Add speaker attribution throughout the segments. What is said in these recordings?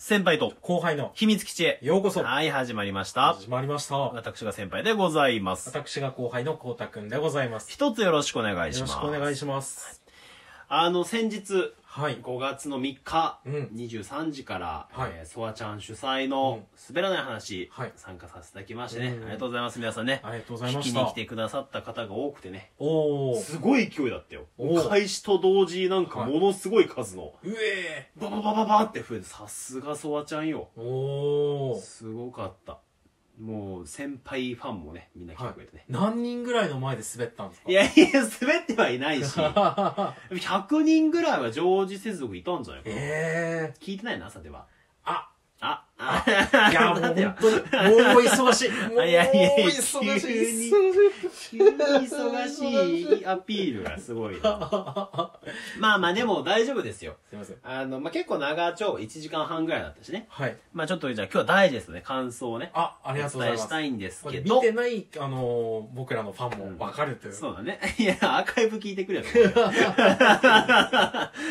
Speaker 1: 先輩と
Speaker 2: 後輩の、
Speaker 1: 秘密基地へ。
Speaker 2: ようこそ、
Speaker 1: はい、始まりました。
Speaker 2: 始まりました。
Speaker 1: 私が先輩でございます。
Speaker 2: 私が後輩のこうたくんでございます。
Speaker 1: 一つよろしくお願いし
Speaker 2: よろ
Speaker 1: ます。
Speaker 2: しくお願いします。
Speaker 1: あの、先日、
Speaker 2: はい。
Speaker 1: 5月の3日、
Speaker 2: うん
Speaker 1: 23時から、
Speaker 2: はい
Speaker 1: えーソワちゃん主催の滑らない話、
Speaker 2: はい
Speaker 1: 参加させていただきましてね、
Speaker 2: うん
Speaker 1: ありがとうございます、皆さんね。
Speaker 2: ありがとうござい
Speaker 1: 聞
Speaker 2: ま
Speaker 1: き
Speaker 2: し
Speaker 1: に来
Speaker 2: た。
Speaker 1: てくださった方が多くてね、
Speaker 2: おー。
Speaker 1: すごい勢いだったよ。
Speaker 2: おー
Speaker 1: 開始と同時になんか
Speaker 2: はい
Speaker 1: ものすごい数の、
Speaker 2: うえ
Speaker 1: バババババって増えて、さすがソワちゃんよ。
Speaker 2: ー。おー。
Speaker 1: すごかった。もう、先輩ファンもね、みんな来てくれてね。
Speaker 2: 何人ぐらいの前で滑ったんですか
Speaker 1: い、やいや、滑ってはいない し、
Speaker 2: や。
Speaker 1: 100人ぐらいは常時接続いたんじゃないかな。
Speaker 2: え
Speaker 1: 聞いてないな、さては。
Speaker 2: ー。あ、
Speaker 1: あ、あ、
Speaker 2: いや、もう
Speaker 1: さ
Speaker 2: 本
Speaker 1: ては
Speaker 2: 当に、もう忙しい。も う
Speaker 1: いやいやいや
Speaker 2: 忙しい。
Speaker 1: 急に急に忙しいアピールがすごい な。まあまあでも大丈夫ですよ。
Speaker 2: すいません。
Speaker 1: あの、まあ、結構長丁、1時間半ぐらいだったしね。
Speaker 2: はい。
Speaker 1: まあちょっとじゃあ今日はダイジェストね、感想をね、
Speaker 2: あ、あ
Speaker 1: お
Speaker 2: り
Speaker 1: 伝
Speaker 2: がとうござい
Speaker 1: え
Speaker 2: ま
Speaker 1: し
Speaker 2: す
Speaker 1: た。いんです
Speaker 2: こ
Speaker 1: け
Speaker 2: れ見
Speaker 1: ど
Speaker 2: て、ない、あのー僕らのファンもわかるという。
Speaker 1: そうだね。 いや、アーカイブ聞いて くれよ。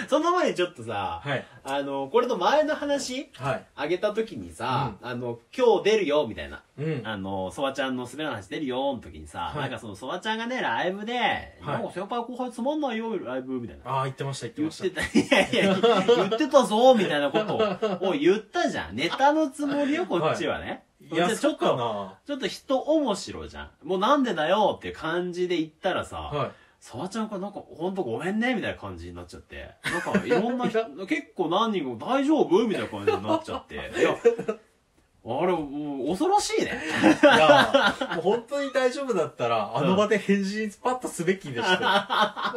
Speaker 1: その前にちょっとさ、
Speaker 2: はい。
Speaker 1: あの、これの前の話、
Speaker 2: はい。
Speaker 1: あげた時にさ、あの、今日出るよ、みたいな。
Speaker 2: うん。
Speaker 1: あの、ソワちゃんの滑らない話出るよーの時にさ、
Speaker 2: はい
Speaker 1: なんかそのソワちゃんがね、ライブで、なんか先輩後輩つまんないよ、ライブ、みたいな。
Speaker 2: ああ、言ってました、言って
Speaker 1: 言
Speaker 2: ま
Speaker 1: っ
Speaker 2: して
Speaker 1: た、 いやいや、言ってたぞ、みたいなこと をを言ったじゃん。ネタのつもりよ、こっちはね。
Speaker 2: た。いや、
Speaker 1: じゃあち
Speaker 2: そ
Speaker 1: ょっ
Speaker 2: っか
Speaker 1: と、
Speaker 2: な。
Speaker 1: ちょっと人面白じゃん。もうなんでだよっていう感じで言ったらさ、
Speaker 2: はい。
Speaker 1: サワちゃんからなんか、ほんとごめんね、みたいな感じになっちゃ って。なんか、いろんな人、結構何人も大丈夫みたいな感じになっち ゃって。いや、あれ、もう恐ろしいね。
Speaker 2: いや、もう本当に大丈夫だったら、あの場で返事パッとすべきでした よ。だか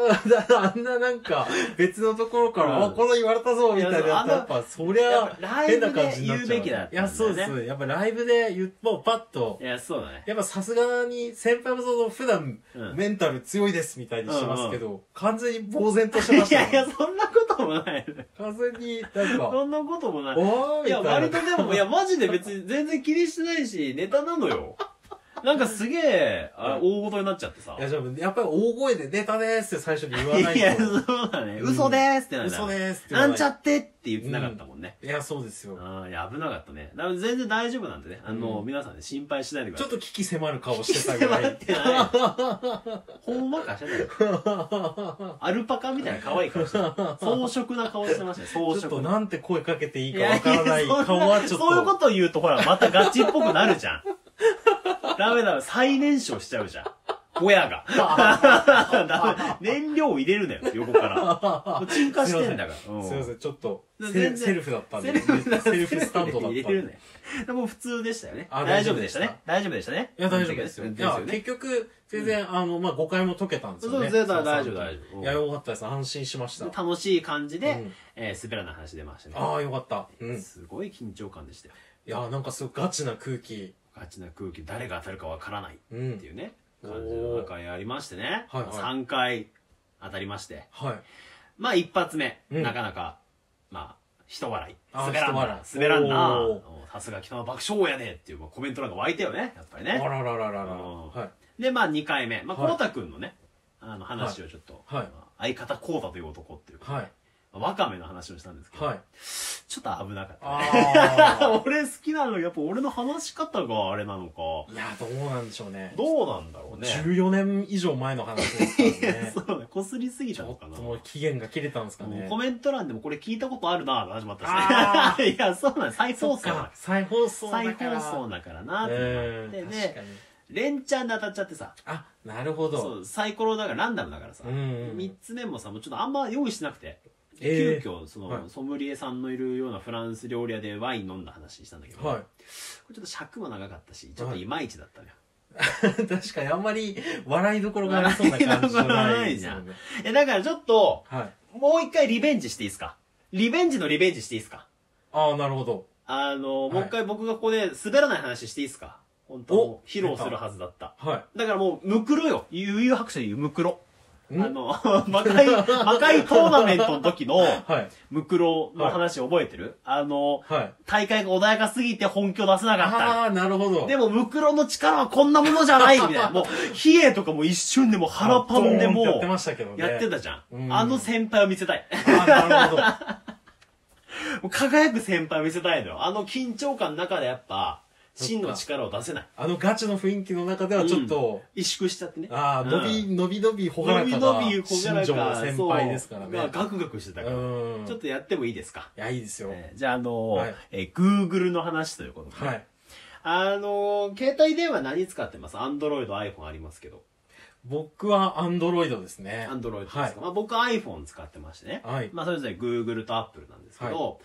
Speaker 2: らあんななんか、別のところから、
Speaker 1: うん
Speaker 2: あ、この言われたぞ、みたいなやつ
Speaker 1: いやあの
Speaker 2: やっぱ、そり
Speaker 1: やっ
Speaker 2: ゃ
Speaker 1: ぱ、ライ
Speaker 2: 変
Speaker 1: ブ
Speaker 2: な感
Speaker 1: で
Speaker 2: じになっ
Speaker 1: 言う
Speaker 2: ちゃう。
Speaker 1: べきだったんだよね。
Speaker 2: いや、そうです。やっぱライブで言っもうパッと
Speaker 1: い、や、そうだね。
Speaker 2: やっぱさすがに、先輩もその、普段、
Speaker 1: うん
Speaker 2: メンタル強いです、みたいにしてますけど、完全に呆然としてまし
Speaker 1: い
Speaker 2: た
Speaker 1: やいや、
Speaker 2: よ。
Speaker 1: そんなこともない。
Speaker 2: 完全に、なんか、
Speaker 1: そんなこともない。い
Speaker 2: おー、みた
Speaker 1: や、
Speaker 2: いな。
Speaker 1: 割とでも、いや、マジで別に全然気にしてないし、ネタなのよ。なんかすげえ、あ
Speaker 2: う
Speaker 1: 大事になっちゃってさ
Speaker 2: い。や、じゃあ、やっぱり大声で出たでーすって最初に言わない
Speaker 1: いや、
Speaker 2: と。
Speaker 1: そうだね。嘘でーすってなる
Speaker 2: 嘘でーすって言わ
Speaker 1: ないんちゃってって言ってなかったもんね。
Speaker 2: いや、そうですよ。
Speaker 1: ああ、いや、危なかったね。だから全然大丈夫なんでね。あの、
Speaker 2: うん
Speaker 1: 皆さんね、心配しないでくだ
Speaker 2: ちょ
Speaker 1: さ
Speaker 2: っ
Speaker 1: い。
Speaker 2: と危機迫る顔
Speaker 1: 聞
Speaker 2: してた
Speaker 1: き
Speaker 2: ぐら
Speaker 1: 迫っ
Speaker 2: い。
Speaker 1: てない。ほんまかしてたよ。 アルパカみたいな可愛い顔してた。装飾な顔してましたね、装
Speaker 2: ちょっと
Speaker 1: 飾。
Speaker 2: なんて声かけていいかわからない
Speaker 1: ややそん
Speaker 2: 顔はちょっと。
Speaker 1: そういうこと言うと、ほら、またガチっぽくなるじゃん。ダメダメ、再燃焼しちゃうじゃん。親 が。ダメ燃料を入れるなよ、横から。もう沈下してんだから。すい
Speaker 2: すいません、ちょっと、
Speaker 1: 全
Speaker 2: セ
Speaker 1: 然
Speaker 2: セルフだったん
Speaker 1: セル
Speaker 2: で。
Speaker 1: フだ
Speaker 2: セルフスタンドだっ
Speaker 1: セルフで入
Speaker 2: た
Speaker 1: れ
Speaker 2: ん
Speaker 1: る
Speaker 2: で。
Speaker 1: ね。でも普通でしたよね。
Speaker 2: あ
Speaker 1: 大丈夫でしたね。大丈夫でしたね。
Speaker 2: いや、大丈夫ですよ。い
Speaker 1: ですよ
Speaker 2: や、結
Speaker 1: ね。
Speaker 2: 局、全然、あの、まあ、誤解も解けたんですよね。
Speaker 1: そう全然
Speaker 2: の
Speaker 1: 大丈夫大丈夫
Speaker 2: いや、よかったです。安心しました。
Speaker 1: 楽しい感じ
Speaker 2: う
Speaker 1: で
Speaker 2: ん、
Speaker 1: えー滑らない話出ましたね。
Speaker 2: ああ、よかった。うん。い
Speaker 1: すごい緊張感でしたよ。
Speaker 2: や、なんかすごいガチな空気。
Speaker 1: ガチな空気、誰が当たるかわからないっ
Speaker 2: うん
Speaker 1: て。いうね、感じの中にありましてね。
Speaker 2: おーはいはい
Speaker 1: 3回当たりまして。
Speaker 2: はい。
Speaker 1: まあ一発目、
Speaker 2: うん
Speaker 1: なかなか、まあ、人笑い。
Speaker 2: あー
Speaker 1: 滑らん
Speaker 2: 人
Speaker 1: な
Speaker 2: 笑。い
Speaker 1: 滑らんな
Speaker 2: お。
Speaker 1: さすが北の爆笑王やねっていうまあコメントなんか湧いたよね、やっぱり
Speaker 2: あ
Speaker 1: ね。
Speaker 2: らららららら。
Speaker 1: うん
Speaker 2: はい。
Speaker 1: で、まあ2回目。まあ、
Speaker 2: はい
Speaker 1: こうたくんのね、あの話をちょっと、
Speaker 2: はい
Speaker 1: まあ相方こうたという男っていうか、
Speaker 2: はい。
Speaker 1: まあわかめの話をしたんですけど、
Speaker 2: はい。
Speaker 1: ちょっと危なかったね。
Speaker 2: あ
Speaker 1: 俺好きなの、やっぱ俺の話し方があれなのか
Speaker 2: あ。、いや、どうなんでしょうね。
Speaker 1: どうなんだろうね。。
Speaker 2: 14年以上前の話ですからね
Speaker 1: そうね、こすりすぎ
Speaker 2: ち
Speaker 1: た
Speaker 2: ょ
Speaker 1: の
Speaker 2: っ
Speaker 1: か
Speaker 2: と
Speaker 1: な。
Speaker 2: もう期限が切れたんですか
Speaker 1: もう
Speaker 2: ね
Speaker 1: コ。メント欄でもこれ聞いたことあるなぁ、始まった
Speaker 2: あ
Speaker 1: しね。いや、そうなんです再放
Speaker 2: そ
Speaker 1: 送
Speaker 2: う
Speaker 1: だか
Speaker 2: か、再放送
Speaker 1: ら。
Speaker 2: だ
Speaker 1: 再
Speaker 2: から。
Speaker 1: 放送だからなってな
Speaker 2: う
Speaker 1: って、
Speaker 2: ん、確
Speaker 1: で
Speaker 2: か、に。
Speaker 1: 連チャンで当たっちゃってさ、
Speaker 2: あ、なるほ
Speaker 1: そ
Speaker 2: ど。
Speaker 1: う、サイコロだからランダムだからさ、
Speaker 2: うんうん
Speaker 1: 3つ目もさ、もうちょっとあんま用意してなくて、
Speaker 2: ええ
Speaker 1: 急遽その、
Speaker 2: はい
Speaker 1: ソムリエさんのいるようなフランス料理屋でワイン飲んだ話したんだけど、
Speaker 2: は
Speaker 1: こ
Speaker 2: い。
Speaker 1: れちょっと尺も長かったしちょっといまいちだったのよ、
Speaker 2: 確かに、あんまり笑いどころがありそうな感じじゃないですよね。
Speaker 1: えだからちょっと
Speaker 2: はい。
Speaker 1: もう一回リベンジしていいですかリベンジのリベンジしていいですか
Speaker 2: ああ、なるほど。
Speaker 1: あの、
Speaker 2: はい
Speaker 1: もう一回僕がここで滑らない話していいですか本当
Speaker 2: お
Speaker 1: 披露するはずだった
Speaker 2: は
Speaker 1: だからもうむくろよ悠々白書で言うむくろあ
Speaker 2: い。ん
Speaker 1: の 魔界魔界トーナメントの時の
Speaker 2: はい。
Speaker 1: むくろの話覚えてる、あの
Speaker 2: はい。
Speaker 1: 大会が穏やかすぎて本気を出せなかった
Speaker 2: ああ、なるほど。
Speaker 1: でも、ムクロの力はこんなものじゃないみたい な。もう、ヒエとかも一瞬でもう腹パンでもう
Speaker 2: ドーンってやってましたけどね。
Speaker 1: やってたじゃ
Speaker 2: うん
Speaker 1: ん。あの先輩を見せたい。
Speaker 2: ああ、なるほど。
Speaker 1: もう輝く先輩見せたいのよ。あの緊張感の中でやっぱ、真の力を出せない。
Speaker 2: あのガチの雰囲気の中ではちょっと、
Speaker 1: 萎縮しちゃってね。
Speaker 2: ああ、
Speaker 1: うん
Speaker 2: 伸び、伸び伸びほがら
Speaker 1: 伸
Speaker 2: か
Speaker 1: び
Speaker 2: な。
Speaker 1: 伸び小柄
Speaker 2: 新庄
Speaker 1: か
Speaker 2: の先輩ですから
Speaker 1: そうまあ
Speaker 2: ね。
Speaker 1: ガクガクしてたから。
Speaker 2: うん。
Speaker 1: ちょっとやってもいいですか。
Speaker 2: いや、いいですよ。
Speaker 1: えーじゃあ、あのー
Speaker 2: はい
Speaker 1: えー、Google の話ということで。
Speaker 2: はい。
Speaker 1: あのー携帯電話何使ってます ?Android、iPhone ありますけど。
Speaker 2: 僕はアンドロイドですね。
Speaker 1: Android ですか、
Speaker 2: はい
Speaker 1: まあ僕 iPhone 使ってましてね。
Speaker 2: はい。
Speaker 1: まあそれぞれ Google と Apple なんですけど、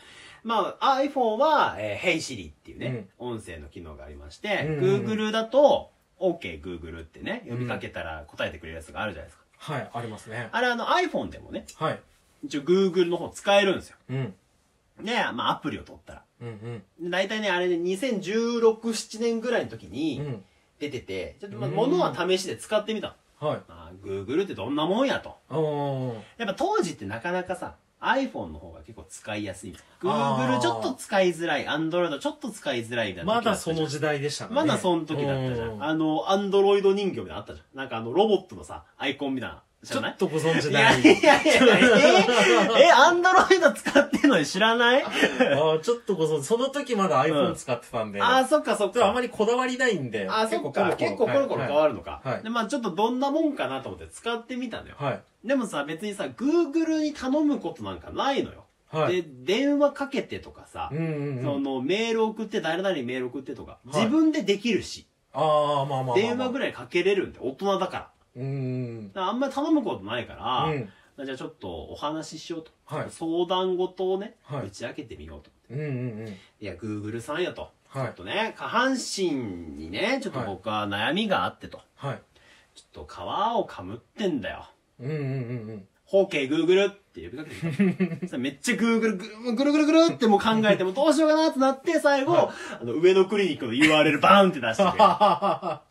Speaker 1: まあ iPhone は、えー Hey Siri っていうね、音声の機能がありまして、
Speaker 2: うんうんうん
Speaker 1: Google だと、OK Google ってね、呼びかけたら答えてくれるやつがあるじゃないですか。
Speaker 2: はい、ありますね。
Speaker 1: あれあの iPhone でもね、
Speaker 2: はい。
Speaker 1: 一応 Google の方使えるんですよ。
Speaker 2: うん。
Speaker 1: ね、まあアプリを取ったら。
Speaker 2: うんう
Speaker 1: で
Speaker 2: ん。
Speaker 1: 大体ね、あれね、2016、7年ぐらいの時
Speaker 2: う
Speaker 1: に
Speaker 2: ん。
Speaker 1: 出てて、ちょっとまあ
Speaker 2: うん
Speaker 1: 物は試しで使ってみたの。
Speaker 2: はい。
Speaker 1: まあ、Google ってどんなもんやと。
Speaker 2: あー
Speaker 1: やっぱ当時ってなかなかさ、iPhone の方が結構使いやすい。
Speaker 2: あー
Speaker 1: Google ちょっと使いづらい、Android ちょっと使いづらいみたいな
Speaker 2: ま
Speaker 1: 時だ
Speaker 2: だ
Speaker 1: ったじ
Speaker 2: そ
Speaker 1: ゃん。
Speaker 2: の時代でしたね。
Speaker 1: まだその時だったじゃ。
Speaker 2: うん
Speaker 1: あの、Android 人形みたいなのあったじゃん。なんかあの、ロボットのさ、アイコンみたいな、知
Speaker 2: ちょ
Speaker 1: らな
Speaker 2: っ
Speaker 1: い
Speaker 2: とご存知
Speaker 1: い
Speaker 2: な
Speaker 1: や
Speaker 2: い。
Speaker 1: いやいやいや、え、え、アンドロイド使ってんのに知らない
Speaker 2: ああ、ちょっとご存知。その時まだ iPhone 使ってたんで。
Speaker 1: あー、そっかそっ
Speaker 2: ちょっと
Speaker 1: か。
Speaker 2: あまりこだわりないんで。
Speaker 1: あ、そっか。結構コロコロ変
Speaker 2: る。
Speaker 1: わるのか。
Speaker 2: はい
Speaker 1: で、まあちょっとどんなもんかなと思って使ってみたのよ。
Speaker 2: はい。
Speaker 1: でもさ、別にさ、Google に頼むことなんかないのよ。
Speaker 2: はい。
Speaker 1: で、電話かけてとかさ
Speaker 2: う、んうんう
Speaker 1: そ
Speaker 2: ん。
Speaker 1: の、メール送って、誰々にメール送ってとか、
Speaker 2: はい
Speaker 1: 自分でできるし、
Speaker 2: ああ、まあまあまあ。
Speaker 1: 電話ぐ
Speaker 2: らい。
Speaker 1: らいかけれるんで、大人だから。だか
Speaker 2: うん。
Speaker 1: らあんまり頼むことないから、
Speaker 2: うん。
Speaker 1: じゃあちょっとお話ししようと。
Speaker 2: はい。
Speaker 1: 相談事をね、
Speaker 2: はい
Speaker 1: 打ち明けてみようと。
Speaker 2: うんうんうん。
Speaker 1: いや、Google さんやと。ちょ
Speaker 2: はい
Speaker 1: っ。とね、下半身にね、ちょっと
Speaker 2: はい
Speaker 1: 僕は悩みがあってと。
Speaker 2: はい。
Speaker 1: ちょっと皮をかむってんだよ。
Speaker 2: うんうんうん
Speaker 1: 方形グーグルって呼びかけて みたそしたらめっちゃグーグルぐるぐるぐるぐるってもう考えてもどうしようかなってなって最後、
Speaker 2: は
Speaker 1: あの上野クリニックの URL バーンって出してくれ
Speaker 2: うん。
Speaker 1: る
Speaker 2: はは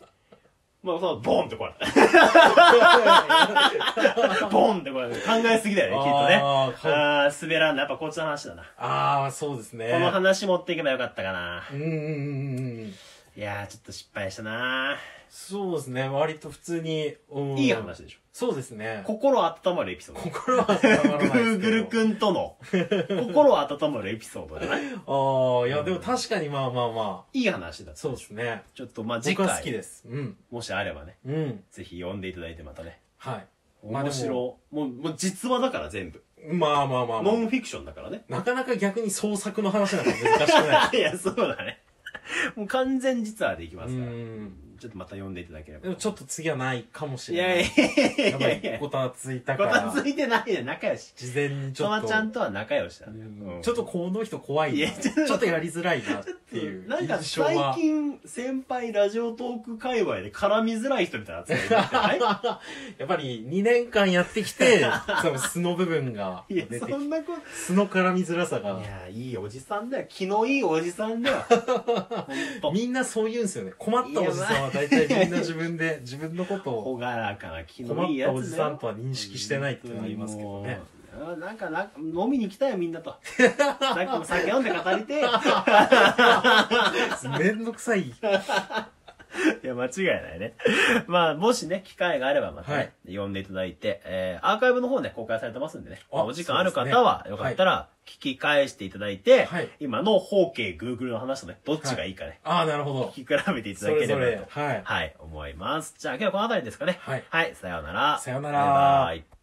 Speaker 1: まあそうボンってこれ
Speaker 2: は
Speaker 1: ボンってこれ考えすぎだよねきっとね
Speaker 2: あーはい
Speaker 1: ああー滑らんなやっぱこっちの話だな、
Speaker 2: ああ、そうですね。
Speaker 1: この話持っていけばよかったかな
Speaker 2: うんうんうんうん。
Speaker 1: いやーちょっと失敗したな、
Speaker 2: そうですね。割と普通に。うん
Speaker 1: いい話でしょ
Speaker 2: そうですね。
Speaker 1: 心温まるエピソード
Speaker 2: 心は定まらないですけど
Speaker 1: Google 君との心温まるエピソードじゃない
Speaker 2: ああ、いや、でも確かにまあまあまあ。
Speaker 1: いい話だ
Speaker 2: そうですね。
Speaker 1: ちょっとまあ次
Speaker 2: 僕は好き
Speaker 1: 回
Speaker 2: です。うん。
Speaker 1: もしあればね
Speaker 2: うん。
Speaker 1: ぜひ読んでいただいてまたね
Speaker 2: はい。まあで
Speaker 1: 面
Speaker 2: も
Speaker 1: 白、もうもう実話だから全部
Speaker 2: まあまあまあま
Speaker 1: ノ
Speaker 2: あ。
Speaker 1: ンフィクションだからね
Speaker 2: なかなか逆に創作の話なんか難しくない。
Speaker 1: いや そうだね もう完全実話でいきま
Speaker 2: う
Speaker 1: すから
Speaker 2: ん。
Speaker 1: ちょっとまた読んでいただければ
Speaker 2: でもちょっと次はないかもし
Speaker 1: い
Speaker 2: れな
Speaker 1: や
Speaker 2: い。
Speaker 1: いや
Speaker 2: やっ
Speaker 1: い
Speaker 2: ぱ
Speaker 1: やいや
Speaker 2: りごたついたか
Speaker 1: こた
Speaker 2: ら。
Speaker 1: ついてないで仲良し
Speaker 2: 事前にち
Speaker 1: ト
Speaker 2: ょ
Speaker 1: マ
Speaker 2: っと。
Speaker 1: ちゃんとは仲良しだ
Speaker 2: う
Speaker 1: ね、
Speaker 2: ん
Speaker 1: うん
Speaker 2: ちょっとこの人怖い
Speaker 1: い
Speaker 2: な。
Speaker 1: や
Speaker 2: ち
Speaker 1: ちょっと
Speaker 2: ょっとやりづらいなっていう。
Speaker 1: なんか
Speaker 2: 印象は
Speaker 1: 最近先輩ラジオトーク界隈で絡みづらい人みたいな扱いになって ない
Speaker 2: やっぱり2年間やって きて、その素の部分が
Speaker 1: いや
Speaker 2: 出てき
Speaker 1: そ
Speaker 2: て、
Speaker 1: んなこ
Speaker 2: 素の絡みづらさ
Speaker 1: と
Speaker 2: が
Speaker 1: い。やいいおじさんだよ気のいいおじさんだ よほんと
Speaker 2: みんなそう言うんですよね。困ったおじさんは大体みんな自分で、自分のことを
Speaker 1: ほがらかな気
Speaker 2: 困
Speaker 1: のいい
Speaker 2: っ
Speaker 1: やつだ
Speaker 2: た
Speaker 1: よ
Speaker 2: おじさんとは認識してないっていうのはありますけどね。
Speaker 1: もう。なんかなんか飲みに来たよみんな と。さっきも酒飲んで語りてえ。
Speaker 2: めんどくさい。
Speaker 1: いや、間違いないね。まあ、もしね、機会があればまた、ね
Speaker 2: はい
Speaker 1: 呼んでいただいて、えー、アーカイブの方ね、公開されてますんでね。
Speaker 2: あ
Speaker 1: まあお時間ある方は、
Speaker 2: そうですね
Speaker 1: よかったら、聞き返していただいて、
Speaker 2: はい
Speaker 1: 今の方形 Google の話とね、どっちがいいかね、
Speaker 2: ああ、なるほど。
Speaker 1: 聞き比べていた
Speaker 2: そ
Speaker 1: だけ
Speaker 2: れ
Speaker 1: れば
Speaker 2: ぞ
Speaker 1: と。
Speaker 2: れ。はい。
Speaker 1: はい、思います。じゃあ今日はこの辺りですかね。
Speaker 2: はい
Speaker 1: はい、さようなら。
Speaker 2: さような
Speaker 1: バイ
Speaker 2: ら
Speaker 1: バイ。